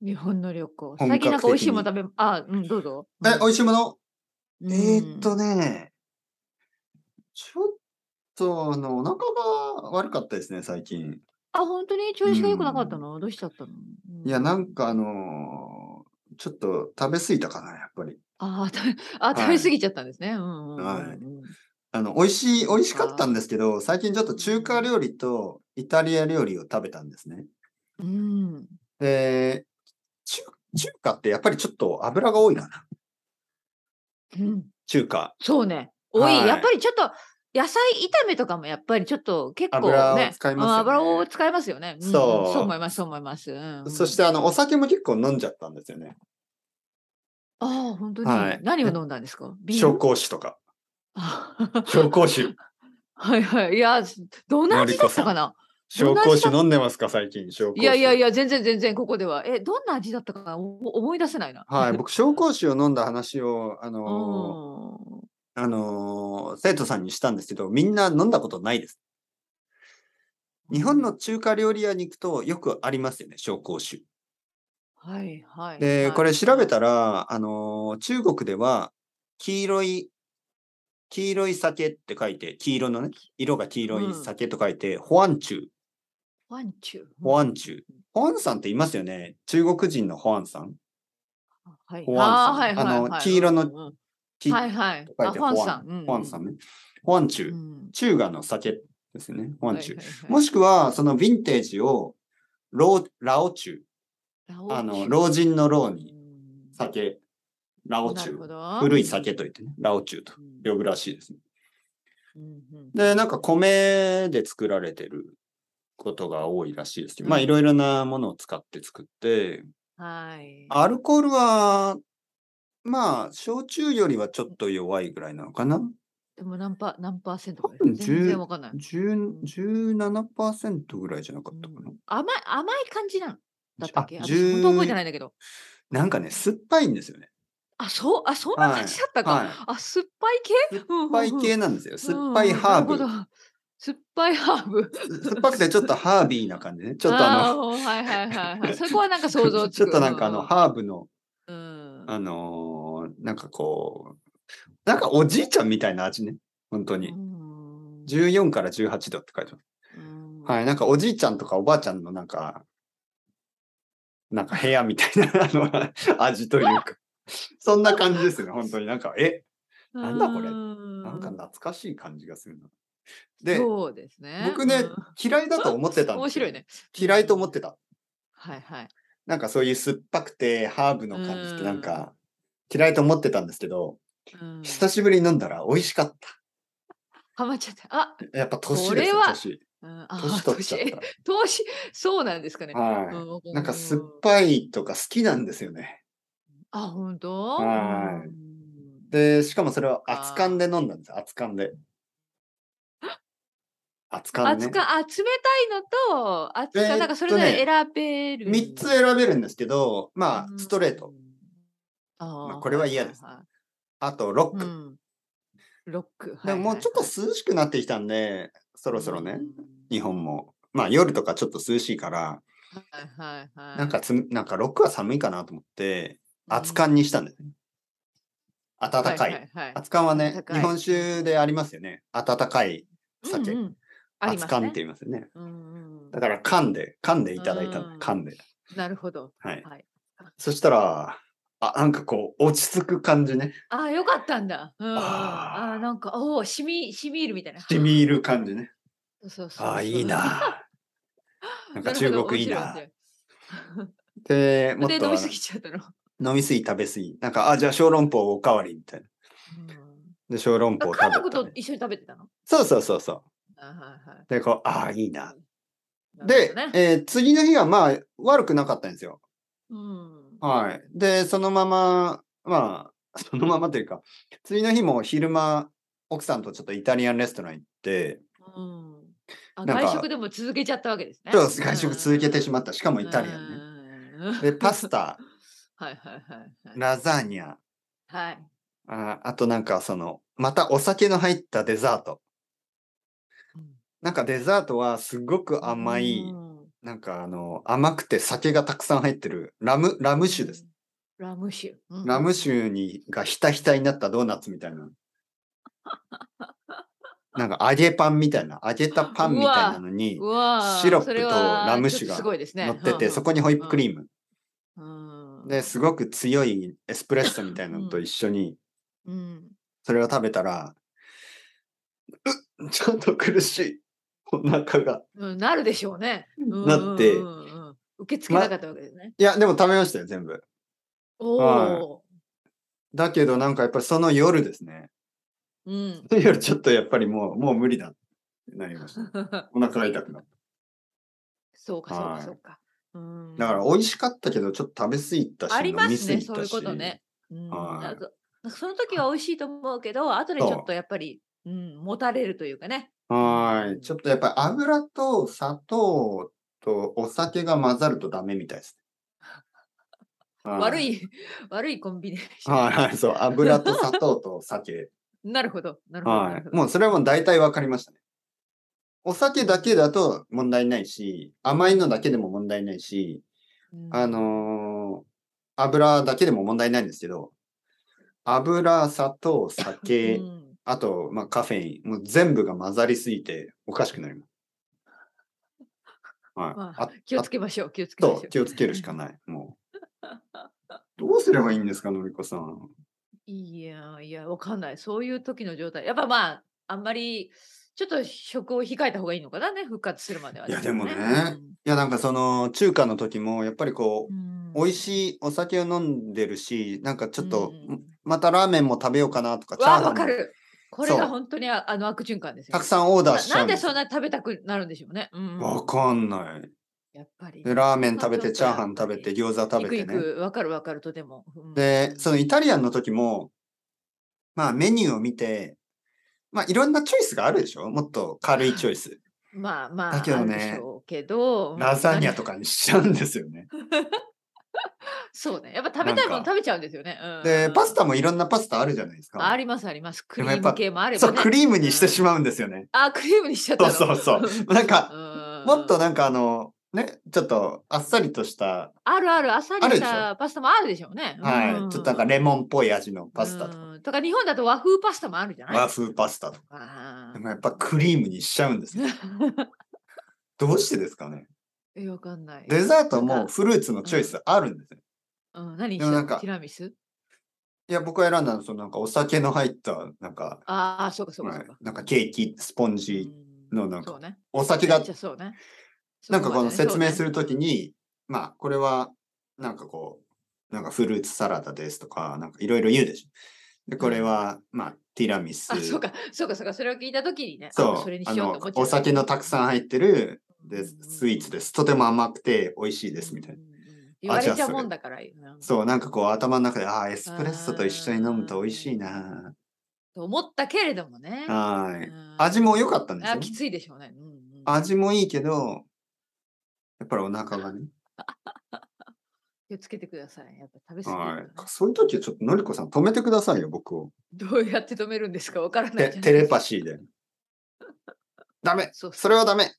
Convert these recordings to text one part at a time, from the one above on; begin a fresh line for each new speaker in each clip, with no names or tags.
日本の旅行。
本
最近なんか美味しいもの
格
食べ、あ、うん、どうぞ。
え、美味しいもの
うん
えーっとね、ちょっと、あの、お腹が悪かったですね、最近。
あ、本当に調子が良くなかったの、どうしちゃったの
いや、
うん
なんかあのーちょっと食べ過ぎたかな、やっぱり。
あーた あ、食
は
べ
い
過ぎちゃったんですね。うんうんうんうん
はいあの、美味しい、美味しかったんですけど、最近ちょっと中華料理とイタリア料理を食べたんですね。
うん。
で、中中華ってやっぱりちょっと油が多いかな。
うん。
中華。
そうね。多い。
はい
やっぱりちょっと、野菜炒めとかもやっぱりちょっと結構ね。
油を使いますよね
あ油を使いますよね。ん
そう
そう思います、そう思います。うんうん
そして、あの、お酒も結構飲んじゃったんですよね。
ああ、本当に、
はい
何を飲んだんですかビー
紹
ル
興酒とか。
あ
紹 興酒。
はいはい。いや、どんな味だったかな
紹興酒飲んでますか、最近。紹興酒。
いやいやいや、全然全然ここでは。え、どんな味だったかなお思い出せないな。
はい、僕、紹興酒を飲んだ話を、あ
う
の
ん。
ーあのー生徒さんにしたんですけど、みんな飲んだことないです。日本の中華料理屋に行くとよくありますよね、紹興酒。
はいはい。
で、
はい
これ調べたら、あのー中国では、黄色い、黄色い酒って書いて、黄色のね、色が黄色い酒と書いて、保安中、
ワンチュー。
保安中。保安さんっていますよね。中国人の保安さん。
はい。
保安さ
あ
ん
ーはいはいはい
あの黄色の
うんうん
き
はいはい。
書いて
あ、
保
ファンさ
安
ん。うんうん
保安さんね。保安中
う。ん
中華の酒ですね。保安中。
はいはいはい
もしくは、そのヴィンテージを、老、老中。あの、老人の老に、酒、老中。古い。酒と言ってね、老中と呼ぶらしいですね。で、なんか米で作られてることが多いらしいですけど、まあ
うん
いろいろなものを使って作って、
はい。
アルコールは、まあ、焼酎よりはちょっと弱いぐらいなのかな
でも何パ何パーセントか
多分
全
10
然わかんない。
10 ?17% ぐらいじゃなかったか
う
な、
ん甘い甘い感じなのだったっけ
あ
私本当覚えてないんだけど。
なんかね、酸っぱいんですよね。
あ、そう、あ、そんな感じだったか。
はいはい
あ、酸っぱい系酸
酸っぱい系なんですよ。酸っぱいハーブ。酸
酸っぱいハーブ。
っぱくてちょっとハービーな感 じね。 ちょっとあの、
の。はいはいはいはい。そこはなんか想像つく。
ちょっとなんかあの、ハーブの、
うん、
あのーなんかこう、なんかおじいちゃんみたいな味ね。本当に。
うん
14から18度って書いてます。
うん
はい。なんかおじいちゃんとかおばあちゃんのなんか、なんか部屋みたいな あの味というか、そんな感じですね。本当になんか、え、なんだこれなんか
う
懐かしい感じがするな。で、
そうですね。
僕ね
うん、
嫌いだと思ってたん
面
ですよ
白い。ね。
嫌いと思ってた。
はいはい。
なんかそういう酸っぱくてハーブの感じっ
う
て
ん
なんか嫌いと思ってたんですけど、
うん
久しぶりに飲んだら美味しかっ
ハマっちゃった。あ、
た。やっぱ
こ
年で
れ
すね、
は
年。
うん、あ
年取っちゃっ
投資、そうなんですかね。
た。は
う
い。
ん
なんか酸っぱいとか好きなんですよね。
あ、本当
はい
うん
で、しかもそれを
あー
熱燗で飲んだんです。熱燗で。熱燗
熱
ね。
か、あ、冷たいのと、熱
えー
か、
っ
なんかそれぞ
と
れ
ね
選べる。
3つ選べるんですけど、ま
う
あ、
ん
ストレート。。
あ
まあ
ー
これは嫌です。あと、ロッ
はいはい
ク。
はいうんロック。
でももうちょっと
そ
涼しくなってきたんで、そろそろね、日本も。まあ、夜とかちょっと涼しいから、
はいはいはい。
なんかつ、なんかロックは寒いかなと思って、熱燗にしたんですね。
う
暖
ん
か。
はいいはいはい
熱燗はね
暖、かい
日本酒でありますよね。暖かい酒。
うんうんあり
熱
ます
燗
ね
って言いますよね。
うんうん
だから、噛んで、噛んでいただいた
う
の。
ん
噛んで。
なるほど。
はい。
はい。
そしたら、あ、なんかこう、落ち着く感じね。
ああ、よかったんだ。うんうん。
あー
ああー、なんか、おお、しみ、しみいるみたいな。
染み入る感じね。
そうそうそう
ああ、いい。 な。なんか
るほ
中
ど
国いい。
面
な
白。です
で、も
ね
っ
で、飲
とあ
み
の
すぎちゃったの。
飲みすぎ、食べすぎ。なんか、あ、じゃあ小籠包おかわりみたいな。
うん
で、小籠包を
あ家
食
族
べた
と
ね。
一緒に食べてたの
そうそうそうそう。
あはいはい
で、こう、ああ、いいな。
なる
で
ほどね、
えー次の日はまあ、悪くなかったんですよ。
うん
はい。で、そのまま、まあ、 そのままというか、次の日も昼間、奥さんとちょっとイタリアンレストラン行って、
うんあ
なんか
外食でも続けちゃったわけですね。
ちょっと外食続けてしまった。しかも
うん
イタリアンね。
うん
で、パスタ、
はいはいはいはい。
ラザーニャ、
はい。
ああとなんかその、またお酒の入ったデザー
う
ト。
ん
なんかデザートはすごく甘い、
うん
なんかあの、甘くて酒がたくさん入ってる、ラム、ラム酒です。
ラム酒。うん
ラム酒に、がひたひたになったドーナツみたいな。なんか揚げパンみたいな、揚げたパンみたいなのに
うわー
シロップ
それ
と
は
ラム酒が
ちょっとすごいですね。
乗ってて、そこにホイップクリーム。
ー
で、、すごく強いエスプレッソみたいなのと一緒に、
うんうん、
それを食べたら、うっちょっと苦しい。お腹が。
うんなるでしょうね。うん
なって
うんうんうん受け付けなかったわけですね。
いや、でも食べましたよ、全部。
おお、
だけど、なんかやっぱりその夜ですね。
うん。
その夜ちょっとやっぱりもう、もう無理だってなりました。お腹が痛くなった。
そうかそう
は
か
い
そうか。うん
だから美味しかったけど、ちょっと食べ過ぎたし、
ありま
飲み
す
過
ね、
ぎ
そう
た
いう
し。
ことね。うん、
はい
あとその時は美味しいと思うけど、後でちょっとやっぱり、うん、もたれるというかね。
はーい。ちょっとやっぱり油と砂糖とお酒が混ざるとダメみたいです ね。は
悪。い、悪いコンビネーション。
はいはい、そう。油と砂糖と 酒。
なるほど、なるほど。な
は
るほ
い。
ど
もうそれはもう大体わかりましたね。お酒だけだと問題ないし、甘いのだけでも問題ないし、
うん
あのー油だけでも問題ないんですけど、油、砂糖、酒、
うん
あと、まあ、カフェイン、もう全部が混ざりすぎておかしくなります。はい。
まあ
あ
気をつけましょう、気をつけ
あ
ましょ
と
う。
気をつけるしかない。もう。どうすればいいんですか、のりこさん。
いやいや、わかんない。そういう時の状態。やっぱまあ、あんまり、ちょっと食を控えた方がいいのかなね、復活するまでは。
いやでもねいや、なんかその、中華の時も、やっぱりこう、
うん、
美味
い、
しいお酒を飲んでるし、なんかちょっと、
うんうん
またラーメンも食べようかなとか、チャー
わあ、
ハ
わ
ン
か
も
る。これ
そ
が
う
本当にああの悪循環ですよ。
たくさんオーダー
な
しちゃ
な
うんんで
ですそ
よ
ん。な食べたくなるんでしょうね。うん、
わかんない。
やっぱりね、
で、ラーメン食べて、
まあ
チャーハン食べて、、餃子
ちょっと
食
やっ
べ
ぱり
て
行
ね。
く行く、わかるわかるとでも。うん
で、そのイタリアンの時も、まあメニューを見て、まあいろんなチョイスがあるでしょもっと軽いチョイス。
まあまあ、
だけどね
あるでしょうけど、
ラザニア
うん
とかにしちゃうんですよね。
そうね。やっぱ食べたいも
なん
の
か
食べちゃうんですよね。うん
で、パスタもいろんなパスタあるじゃないです
ああ
か。
りますあります。ク
で
リ
もや
ー
っぱ
ム系もあれば、
そう、
ね。
クリームにしてし
ま
まうんですよね。
うん。あ、クリームにしちゃった
そう
の。
そうそう。なんか、
うん
もっとなんかあの、ね、ちょっとあっさりとした、
あるある、あっさ
ある
り
で
し
しょ
たパスタもあるでしょうね。
はい、ちょっとなんかレモンっぽい味のパスタとか、
か。とか日本だと和風パスタもあるじゃない
和風パスタとか。
あ
で
ー
もやっぱクリームにしちゃうんですよ。どうしてですかね
え、わかんない。
デザート
なん
も
か
フルーツのチョイスあるんですよ。
うん、何にし
で
た
も
の
なんか
ティラミス
いや、僕が選んだのは、そのなんかお酒の入った、なんか、
ああ、そうかそうか
は
そ
いう
か。
なんかケーキ、スポンジ、
うん
のなんか
そうね。
お酒が、
じゃあそうね。
なんかこの説明するとき
に
に、まあ、これは、なんかこう、なんかフルーツサラダですとか、なんかいろいろ言うでしょ。で、これは、まあ、ティラミス。
あ、そうか、そうか、そうか、それを聞いたときにね、あ
そう
それに
あ
しようと
の
思っ、ちゃ。
お酒のたくさん入ってる、で、スイーツですす。とても甘くて美味しい
い
です、みたいな。。
言われち
じゃ
ゃう
あそれ
もんだから、うん
そう、なんかこう、頭の中で、ああ、エスプレッソと一緒に飲むと美味しいな。
と思ったけれどもね。
は
う
い。
ん
味も良かったんです
あ
よ
き。ついでしょうね。うんうん
味もいいけど、やっぱりお腹がね。
気をつけてください。やっぱ食べ過ぎるの
は
ね
い。そういう時はちょっとのりこさん止めてくださいよ、僕を。
どうやって止めるんですかわからない
て
じゃない
テレパ
ー。
シーで。 ダメ
そう
それはダメ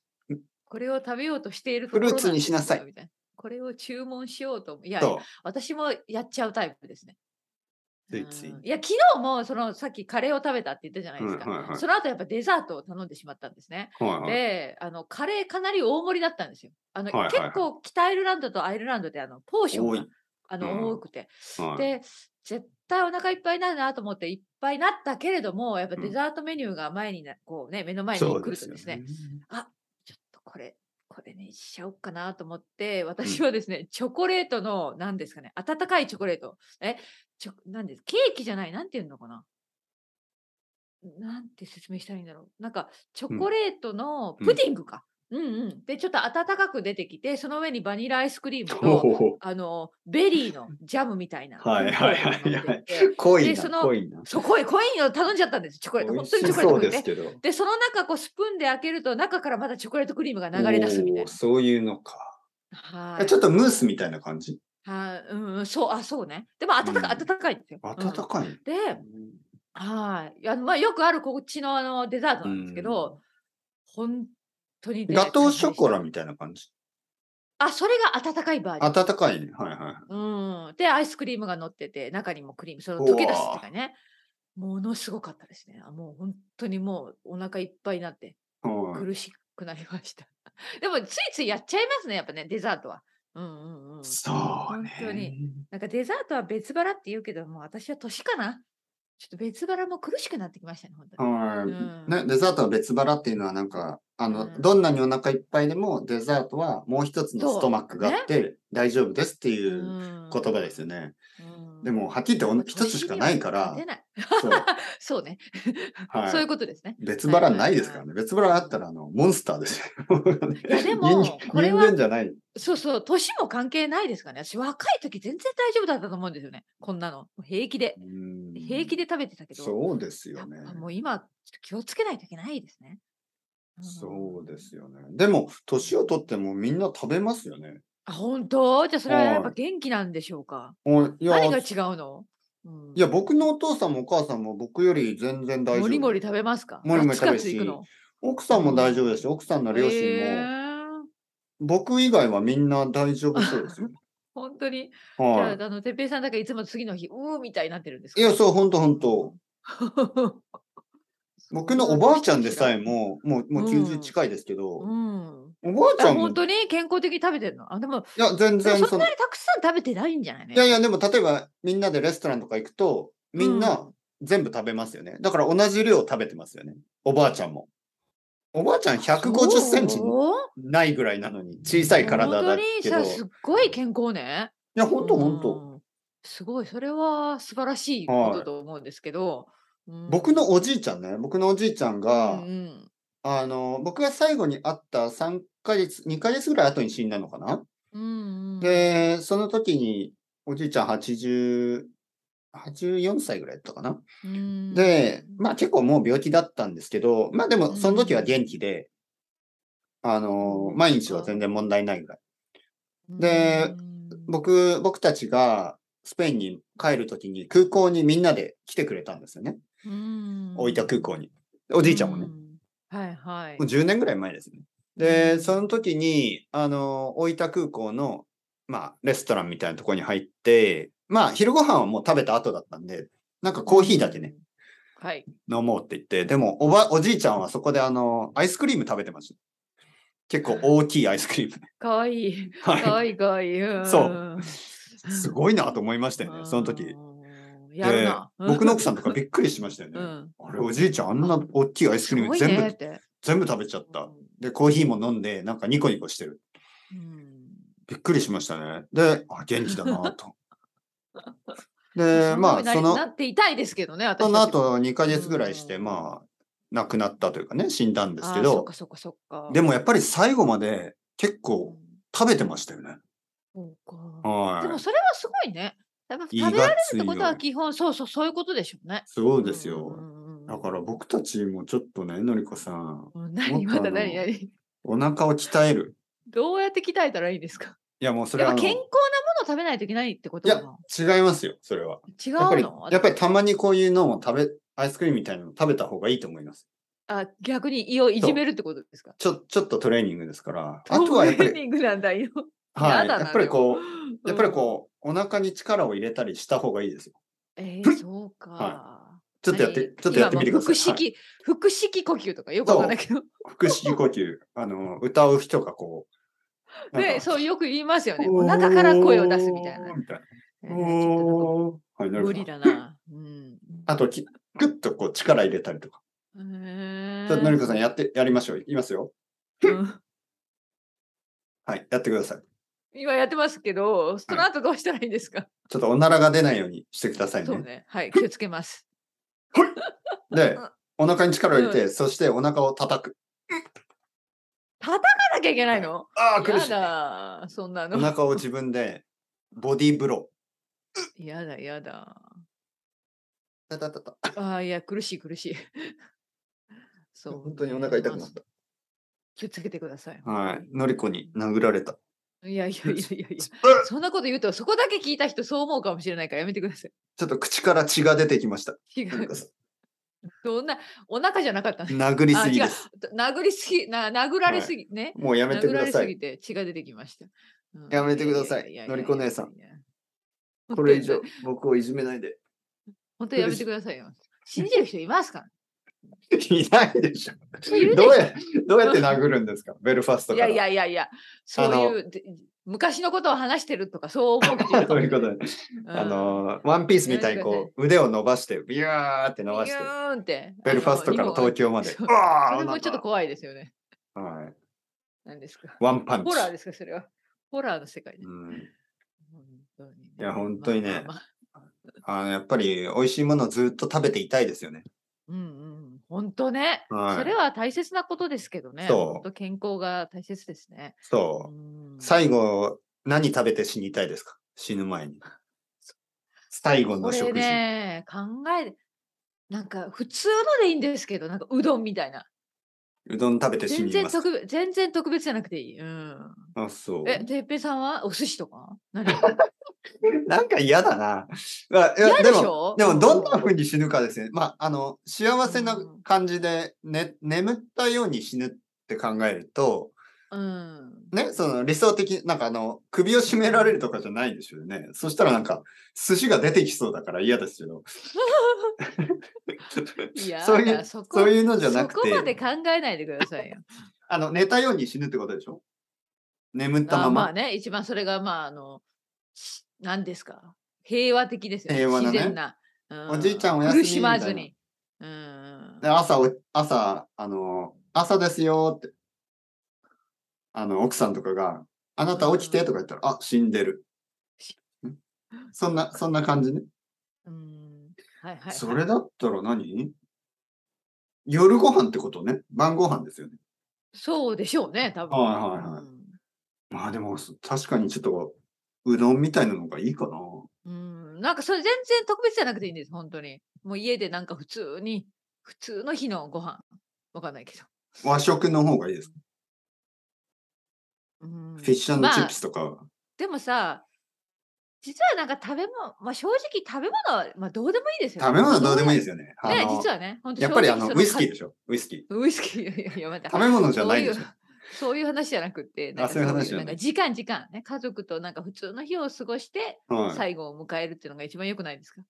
これを食べようとしていると
フ
ころ
ルーツにしなさい
んですよみたなこれを注文しようと思う。いや、
と、
私もやっちゃうタイプですね。
ついつい
うんいや、昨日もそのさっきカレーを食べたって言ったじゃないですか。
うんはいはい
その後やっぱデザートを頼んでしまったんですね。
はいはい
で、あのカレーかなり大盛りだったんですよ。あの、
はいはいはい
結構北アイルランドとアイルランドであのポーション
多
が
い。
あの、
うん
多くて、
はい
で、絶対お腹いっぱいになるなと思っていっぱいになったけれども、やっぱ
うん
デザートメニューが前にな、こうね、目の前に来
そう
ると
で
です
すよ
ね、
ね。
あちょっとこれ、これにしちゃおうかなと思って、私はですね、チョコレートの、なんですかね、温かいチョコレート。え、ちょ、なんです、ケーキじゃない、なんていうのかな。なんて説明したらいいんだろう。なんか、チョコレートの
うん
プディングか。うん、うん、で、ちょっと温かく出てきて、その上にバニラアイスクリーム
ほ
と、
ほほ
あの、ベリーのジャムみたいな。
はいはいはい
コーンが乗っていて
濃い
で
な
そ、の
濃いな。
そう、濃い、濃いの頼んじゃったんです、チョコレート。
美
本
味
当にチ
し
ョコレート
そう
濃いね
です。けど。
で、その中、こう、スプーンで開けると、中からまたチョコレートクリームが流れ出すみたい
おーそういうのか。
な。はーい。
ちょっとムースみたいな感じ
はーい、うんうん、そう、あ、そうね。でも、暖かい、
うん
暖かいんですよ。
温
うん
かい。
で、はーい。あのまあ、よくある、こっちの、あの、デザートなんですけど、本当にね。
ガトーショコラ
大変で
みたいな感じ。
あ、それが温かいバージョン。
温かいね。はいはい。
うん、でアイスクリームが乗ってて中にもクリームその溶け出すっていうかねものすごかったですねあもう本当にもうお腹いっぱいになって
はい
苦しくなりました でもついついやっちゃいますねやっぱねデザートはうんうんうん
そうね。
本当になんかデザートは別腹って言うけどもう私は年かなちょっと別腹も苦しくなってきましたね本当に
はい、
うん
ね。デザートは別腹っていうのはなんか、あの、
うん
どんなにお腹いっぱいでもデザートはもう一つの
そう
ストマックがあって大丈夫ですっていう
言
言葉ですよね。
うん
でも、はっきり言ってお一つしかないから
出、ない
そう。
そうね、
はい。
そういうことです ね
別腹ないですからね。別腹あったら、あの、モンスターですよ。
いやでも
人間
これは
人間じゃない。
そうそう、年も関係ないですかね。私、若い時全然大丈夫だったと思うんですよね。こんなの。平気で。平気
で
で食べてたけど。
そうですよね
やっ。ぱもう今、ちょっと気をつけないといけないですね。ん
そうですよね。でも、年を取ってもみんな食べますよね。
あ、本当じゃあそれはやっ
は
ぱ
い
元気なんでしょうか。
おいや、
何が
い
違うの、うん
や、僕のお父さんもお母さんも僕より全然大丈夫。
もりもり食べますか
もりもり食べるし
ガツガツ行くの
奥さんも大丈夫ですし、奥さんの両親も、
へー
僕以外はみんな大丈夫そうですよ。
本当に。じゃ
は
あ、あの、てっぺいさんだけいつも次の日、うーみたいになってるんです
い。
か
いや、そう、ほんとほんと。
う。
僕のおばあちゃんでさえも、もう、もう
う
90
ん
近いですけど、
うん。
おばあちゃ
あ
んも、
本
い
当に健康的に食べてるのあ、でも、
や、全
で
然
もそ
そ
ん
の
な、にたくさん食べてないんじゃないね。
いやいや、でも例えばみんなでレストランとか行くと、みん
う
な全部食べますよね。だから同じ量食べてますよね。おばあちゃんも。おばあちゃん150センチ
そう
ないぐらいなのに、小さい体だけど。
本当
い
にさすっごい健康ね。
や、ほんとほんと。
うんすごい、それは素晴らしいことと思うんですけど。うん
僕のおじいちゃんね、僕のおじいちゃん
う
が、
ん
あの、僕が最後に会った3ヶ月、2ヶ月ぐらい後に死んだのかな、
うんうん、
で、その時に、おじいちゃん80、84歳ぐらいだったかな、
うん
で、まあ結構もう病気だったんですけど、まあで
う
も
ん
その時は元気で、あの
う、ん
毎日は全然問題ないぐらい。で
うん
僕、僕たちがスペインに帰る時に空港にみんなで来てくれたんですよね。
うん
大分空港に。おじいちゃんもね。
うはいはい
もう。10年ぐらい前ですね。
う
で、
ん
その時に、あの、大分空港の、まあ、レストランみたいなところに入って、まあ、昼ご飯はもう食べた後だったんで、なんかコーヒーだけね、
うん。はい。
飲もうって言って、でも、おば、おじいちゃんはそこであの、アイスクリーム食べてました。結構大きいアイスクリーム。
かわいい。か
は
わいいかわいい。ん
そう。すごいなと思いましたよね、 その時。
うん。やるな。
で僕の奥さんとかびっくりしましたよね。
うん。
あれ、おじいちゃんあんな大きいアイス
す
クリー
ご
ム
い
全部、
ねって。
全部食べちゃった。で、コーヒーも飲んで、なんかニコニコしてる。
うん
びっくりしましたね。で、あ、元気だなと。 で、まあ、
な
そ
な
の、
って痛いですけどね、私た
そ
ち
の
も
後2ヶ月ぐらいして、
うん
まあ、亡くなったというかね、死んだんですけ
あーそっ
ど
か、そっかそっか。
でもやっぱり最後まで結構食べてましたよね。
うんそうかでも
は
それはすごいね。やっぱ
い。
食べられる
つ
ってことはい
よ
基本、そうそう、そういうことでしょうね。
そうです
う
よ。
んうんうんうん
だから僕たちもちょっとね、のりこさん、
うん何
もっ
ま
と
だ
あの
何何
お腹を鍛える。
どうやって鍛えたらいいですか
いや、もうそれ
やっぱ
はあの
健康なものを食べないといけないってこと
いや
かな
違いますよ、それは。
違う
やっぱり
の、
やっぱりたまにこういうのを食べ、アイスクリームみたいなの食べた方がいいと思います。
あ逆に胃をいじめるってことですか
ちょ、ちょっとトレーニングですから。あとはやっぱ
トレー
り、
ニングなんだ、胃の
は
や
い。
だな
やっぱりこう、やっぱり
うん。
こう、お腹に力を入れたりした方がいいですよ。
えー、そうか。
ちょっとやって、
何
ちょっとやってみてください。
今もう腹式、腹式呼吸とかよくわかんないけど。
はい腹式呼吸。あの、歌う人がこ う。
ね、そううよく言いますよね。お腹から声を出すみたいな。
みたい
え
な。
ーちょっ
おーはい、
と
な
無
る
理
ほ
だ
ど。
な。うん。
あと、きぐっとこう力入れたりとか。
え
ちょっとのりこさんやって、やりましょう。いきますよ。
うん
はい、やってください。
今やってますけど、その後どうしたらいいんですか。
ちょっとおならが出ないようにしてください
そう
ね。
ね。はい、気をつけます。
で
うん、
お腹に力を入れ
う
て、そしてお腹を叩く。
叩かなきゃいけないの。
ああ、苦
や
しい。
だ。そんな
お
の。
腹を自分でボディーブロ
やだやだ。
ー。たたたた。
ああ、いや、苦しい苦しい。そう、
本当にお腹痛くなっ
まあ気をつけてください。
た。はい。のりこに殴られた。
いやいやいやいや いや。そんなこと言うと、そこだけ聞いた人そう思うかもしれないからやめてください。
ちょっと口から血が出てきました。
違
のり
う
こ。さ
どんな、お腹じゃなかったね。
殴りすぎです。
殴りすぎ、な殴られすぎ、ね。
もうやめてくだ
殴ら
さ
れすぎ
い。
て血が出てきました。うん
やめてくださいのりこ姉さん。これ 以上。僕をいじめないで。
本当にやめてくださいよ。信じる人いますから。
いないでしょ。
いるでしょ
どうやどうやって殴るんですかベルファスト
いや
から。
いやいやいや、そういうで昔のことを話してるとか、そう思う人い るか
と
も
い
しれない
うことで、あの、ワンピースみたいに
やめて
こう、腕を伸ばして、ビューって伸ばして
ビ、ューンって。
ベルファストから東
京
京まで。
そう
うわー
それもちょっと
お
怖いですよね。
腹はい
何ですか。
ワンパンチ
ホ。ラーですか、それは。ホラーの世界ね。
うん
本当に
いや本当にね
まあまあまあ
あのやっぱり美味しいものをずっと食べていたいですよね。
うんうん。本当ね。
はい
それは大切なことですけどね。
そう
本当健康が大切ですね。
そうう。
ん
最後、何食べて死にたいですか死ぬ前に。最後の
これ
食事。
ね、考え、なんか普通のでいいんですけど、なんかうどんみたいな。
うどん食べて死
全
に
然
ます。
特別、全然特別じゃなくていい。うん。
あ、そう。
え、てっぺいさんはお寿司とか 何
なんか嫌だな。 まあいや
嫌でしょ
でも、で
うん
もどんな風に死ぬかですね。まあ、あの、幸せな
うん
感じで、ね、眠ったように死ぬって考えると、
うん。
ね、その理想的、なんかあの、首を絞められるとかじゃないんですよね。そしたらなんか、寿司が出てきそうだから嫌です けど。
いや
そういう
だそこ
そういうのじゃな
そ
く
こまで
て、
考えないでくださいよ。
あの、寝たように死ぬってことでしょ眠った
あ
ま
ーま
ま
あ。ね、一番それが、まあ、あの、何ですか。平和的ですよね。
平和なね
自然な。う
おじいちゃんおやすみ
苦しまず
み
に。うん
で。朝お、朝、あの、朝ですよって。あの、奥さんとかが、あなた起きてとか言ったら、あ、死んでる。んそ んな、そんな感じね。
うん。はいはい、はい。
それだったら何夜ご飯ってことね。晩ご飯ですよね。
そうでしょうね、多分。
はいはいはいまあでも、そ確かにちょっと、うどんみたいなのがいいかな。
うん。うんなんかそれ全然特別じゃなくていいんです、本当に。もう家でなんか普通に、普通の日のご飯わかんないけど。
和食の方がいいですか。
うん、
フィッシュチップ
まあ、
スとかは。
でもさ、実はなんか食べ物、まあ正直食べ物は、まあどうでもいいですよ、
食べ物はどうでもいい
い。
ですよね。あ
ね、
の
実はね、本当
やっぱり
正
あ
直
の、
そ
ウイスキー
か
でしょ。ウイスキー。
ウイスキー、いやいや、待って
食べ物じゃないでしょ。
そういう話じゃなくて、なんか
そういう話
そ
じゃ
な
なん
か
い
時間時間、ね、家族となんか普通の日を過ごして、
はい。
最後を迎えるっていうのが一番良くないですか、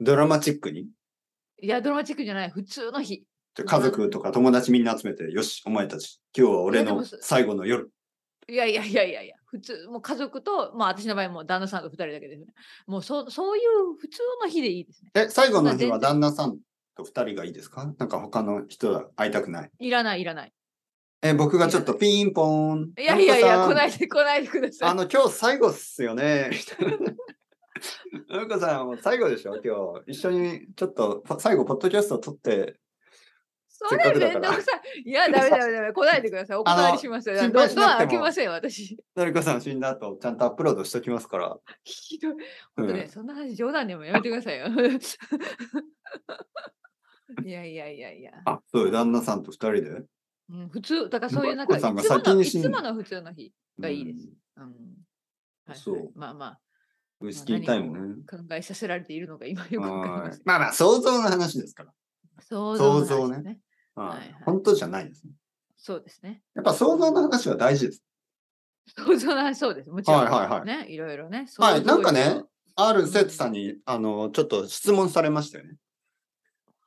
ドラマチックに。
い、や、ドラマチックじゃない、普通の日。
じゃあ家族とか友達みんな集めて、よし、お前たち、今日は俺
いやで
の
もそ
最後の夜。
いやいやいやいやいや、普通、もう家族と、まあ私の場合もう旦那さんが2人だけですね。もうそうそういう普通の日でいいですね。
え、最後の日
まあ
は
全然
旦那さんと二人がいいですかなんか他の人は会いたくない。
いらない、いらない。
え、僕がちょっとピンポーン。
いやいやいや、
のりこさん
来ないで、来ないでください。
あの、今日最後っすよね。みたいな。のりこさん、もう最後でしょ今日。一緒に、ちょっと、ポ最後、ポッドキャスト撮って、
そ
せっ
れ
かくだ
め
か
ん
ら
どくさい。いや、ダメダメダメ。来ないでく ださい。お断りしますよ。
心
ド
配し
ドア
なくて
開け
も
ません、私。
のりこさん死んだ後、ちゃんとアップロードしときますから。
ひどい。
う
本当ね、
ん
そんな話冗談でもやめてくださいよ。 いやいやいやいや。
あ、そうよ、旦那さんと二人で。
うん、普通、だからそういうなんか、い
マッコさんが
つも
先
の、
に
い
死ぬ
つもの普通の日がいいです。
す。
うんはい
そ。
はいうまあまあ、
ウイスキータイムね。
考えさせられているのが今よくわかり
は
ま
い
す。
まあまあ、想像の話ですから。
想
像
像の話
ね
ね。
はい
はいはい
本当じゃないですね。
そうですね。
やっぱ想像の話は大事です。
想像の話、そうです。もちろん。
はいはいはい
ね、いろいろね。
はい
想像
なんかね
力
ある生徒さんに、あの、ちょっと質問されましたよね。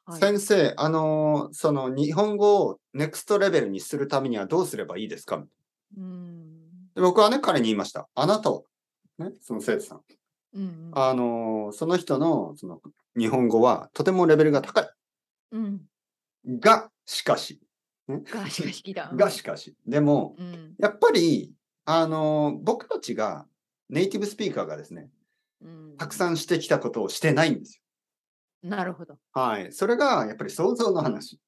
はい
先生、あの、その日本語をネクストレベルにするためにはどうすればいいですか
うん。
で僕はね、彼に言いました。あなたを、ね、その生徒さん。
うんうん。
あの、その人の、その、日本語はとてもレベルが高い。
うん。
が、しかし。
がしかし聞いた。
が、しかし。でも、
うん。
やっぱり、あの、僕たちが、ネイティブスピーカーがですね、
うん。
たくさんしてきたことをしてないんです
ん。なるほど。
よ。はい。それが、やっぱり想像の話。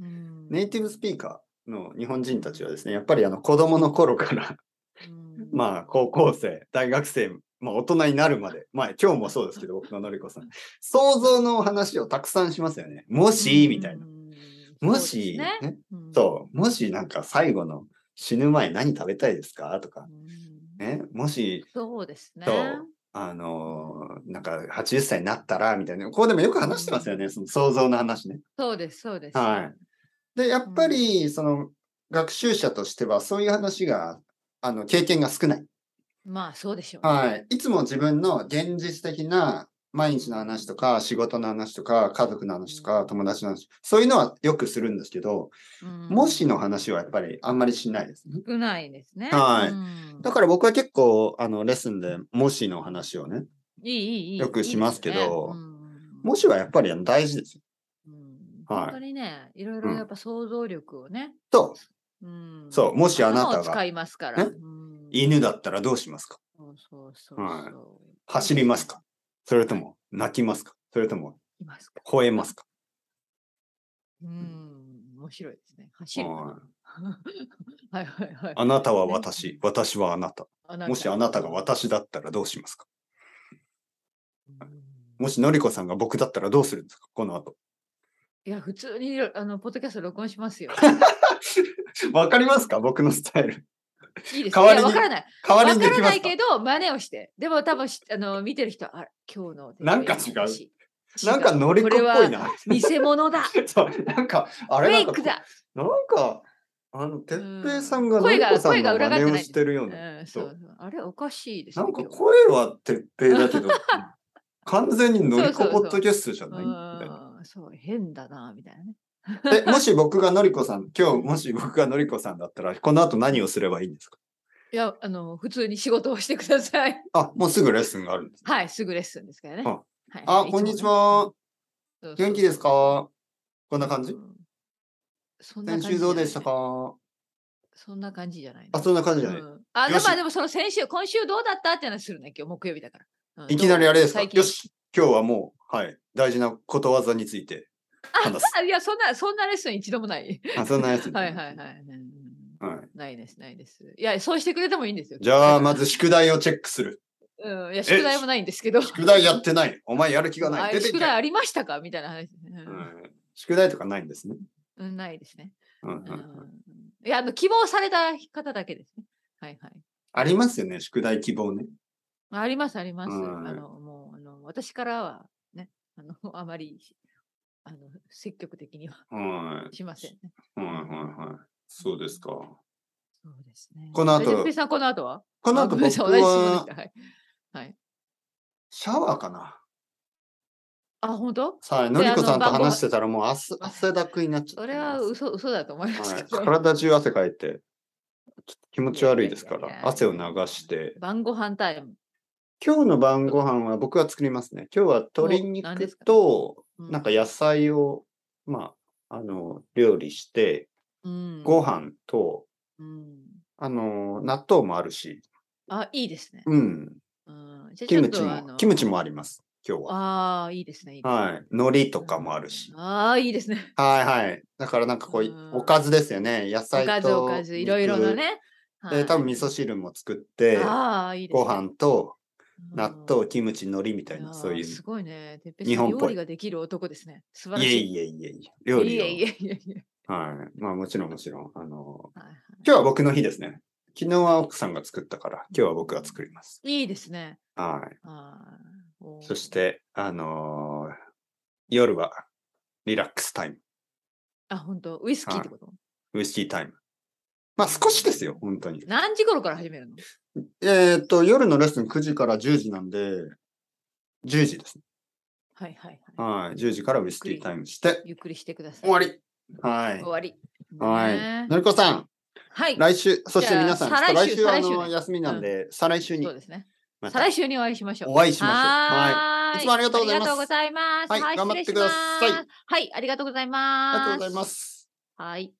うん
ネイティブスピーカーの日本人たちはですね、やっぱりあの子供の頃から、
うん
まあ高校生、大学生、まあ大人になるまで、まあ今日もそうです けど、僕ののりこさん、想像の話をたくさんしますよね。もし、みたいな。。もし、ね、そう、もしなんか最後の死ぬ前何食べたいですかとか、
うん。
ね、もし
そうですね。
そうあのーなんか80歳になったら、みたいな。ここでもよく話してますよね、その想像の話ね。
そうです、そうです。
はい。で、やっぱり、その、学習者としては、そういう話が、あの、経験が少ない。
まあ、そうでしょう、ね。
はい。いつも自分の現実的な毎日の話とか、仕事の話とか、家族の話とか、友達の話、そういうのはよくするんですけど、
うん
もしの話はやっぱりあんまりしないですね。
少ないですね。
はい
うん
だから僕は結構、あの、レッスンで、もしの話をね、
いい、いい、いい。
よくしますけど
いいですねうん
もしはやっぱりあの大事ですよ。
うん
はい
本当にね、いろいろやっぱ想像力をね。
と、
うん
そうもしあな
頭
たが
を使いますから。
ね
うん
犬だったらどうしますか
そうそうそうそう
はい走りますかそれとも、泣きますかそれとも、
いますか。
吠えますか
うん、面白いですね。走るか
はい
な。 はいはいはい。
あなたは私、私はあなた。
あなた
もしあなたが私だったらどうしますか
うん
もしのりこさんが僕だったらどうするんですかこの後。
いや、普通にあのポッドキャスト録音しますよ。
わかりますか僕のスタイル。
いいです
代わ
ね。いや
りに
わからない。
代わ
わ
りに
か
で
ら
きま
な
す
い
か
けど、真似をして。でも多分しあの見てる人は、あら今日の。
なんか違う なんかのりこっぽ
これ
い
は
な。
偽物だ。フ
そうなんか、あれ
ェ
なん
イ
か
クだ。
なんか、あの、てっぺいさんがの
声
り
が
こさん
声が
の
裏
真
返ってないん
似を
です
してるよ
う
うな。
ん、そうそうあれおかしいです
な
ね。
んか
今日
声はてっぺい だけど、完全にのりこポッドキャストじゃないみたいな
うんそう、変だな、みたいなね。
え、もし僕がのりこさん、今日もし僕がのりこさんだったら、この後何をすればいいんですか
いや、あの、普通に仕事をしてくださ い。
あ、もうすぐレッスンがあるんです。
はい、すぐレッスンですからね。
あ
はい
あ、こんにち。は。
はいいつもね
元気ですかこんな感じ
うんそんな感
先
じ
週どうでした
じゃない
か
そんな感じじゃないの。
あ、そんな感じじゃない。
うんあ、で
よ
も
し
まあでもその先週、今週どうだったって話するね、今日木曜日だから。うん
いきなりあれですか
最近
よし、今日はもう、はい、大事なことわざについて話 す。
あいや、そんな、そんなレッスン一度も ない。
あ、そんなやつ、
はいはいはい。うん
はい
ないです、ないです。いや、そうしてくれてもいいんですよ。
じゃあ、ま
ず。
ず宿題をチェックする。
うん、いや、宿題もないんですけど。
宿題やってない。お前やる気が
あ
な
れ
い。出て
宿
き
題
た、
ありましたかみたいな話ですね。う
うんん。宿題とかないんですね。
うん、ないですね。
うんうん
う
うん
んいや、あの、希望された方だけですね。はいはい。
ありますよね、宿題希望ね。
あります、あります。あ
うん
の、もう、あの、私からは、ね、あの、 あまり、あの、積極的には
は
しませんね。
い。はいはいはい。そうですか。
そうですね。
この後
え哲平さん、この後は
この後
あご
僕
めんなさい同じ質問でし
は
た。はい。はい、
シャワーかな。
あ、本当
さあ、のりこさんと
あの晩ご飯
話してたらもう汗汗だくになっちゃった。
それは嘘、嘘だと思います
はい
けど。
体中汗かいて、ちょっと気持ち悪いですか
いやいやい
ら、
や
汗を流して。
晩ご飯タイム。
今日の晩ご飯は僕は作りますね。今日は鶏
お何で
肉
すか
と、
う
なんか、野菜を、まあ、あの、料理して、
うん、
ご飯と、
うん。
あの、納豆もあるし、
あ、いいですね。
うん、
うん、じゃあ
キ
ちょっ
ムチ
とあの
も、キムチもあります、今日は。
ああ、いいですね。いいですね
はい。海苔とかもあるし。
ああ、いいですね。
はいはい。だからなんかこう
う、ん
おかずですよね。野
お
菜と
かずおかず、いろいろなね。
肉。で、多分味噌汁も作って、
ああー、いいですね
ご飯と
うん
納豆、キムチ、海苔みたい
いや
な、
ー
そういう。
すごいね。てっぺ
日
いさん
本っぽ
料
い
理ができる男ですね。素晴ら
い
し
え
い。
いえいえいえ。料理を。
いえいえいえい え。
はい。まあもちろんもちろん。あの、
はいはい
今日は僕の日ですね。昨日は奥さんが作ったから、今日は僕が作ります。
いいですね。
は
あーお
い。
ー
そして、あのー夜はリラックスタイム、
あ、本当ウイスキーってこと、
ウイスキータイム。まあ少しですよ、本当に。
何時頃から始めるの
えっと、夜のレッスン9時から10時なんで、10時ですね。
はいはいはい。
はい。10時からウイスキータイムして、
ゆっくりしてください。
終わり。はい
終。わり。
はい。
ね
のりこさん、
はい。
来週、そして皆さん、ち
じ
ょ
ゃ
っ
あ
と来週は
再来週再来
あ
週
の
ね
休みなんで、再来週に
そうですね。
また
再来週にお会いしましょう。
お会いしましょう。はい。
はい
つもありがとうございます
ありがとうございます。
はい頑張ってください
失礼しますはい、ありがとうござい
ありが
ます。
とうございます。
はい。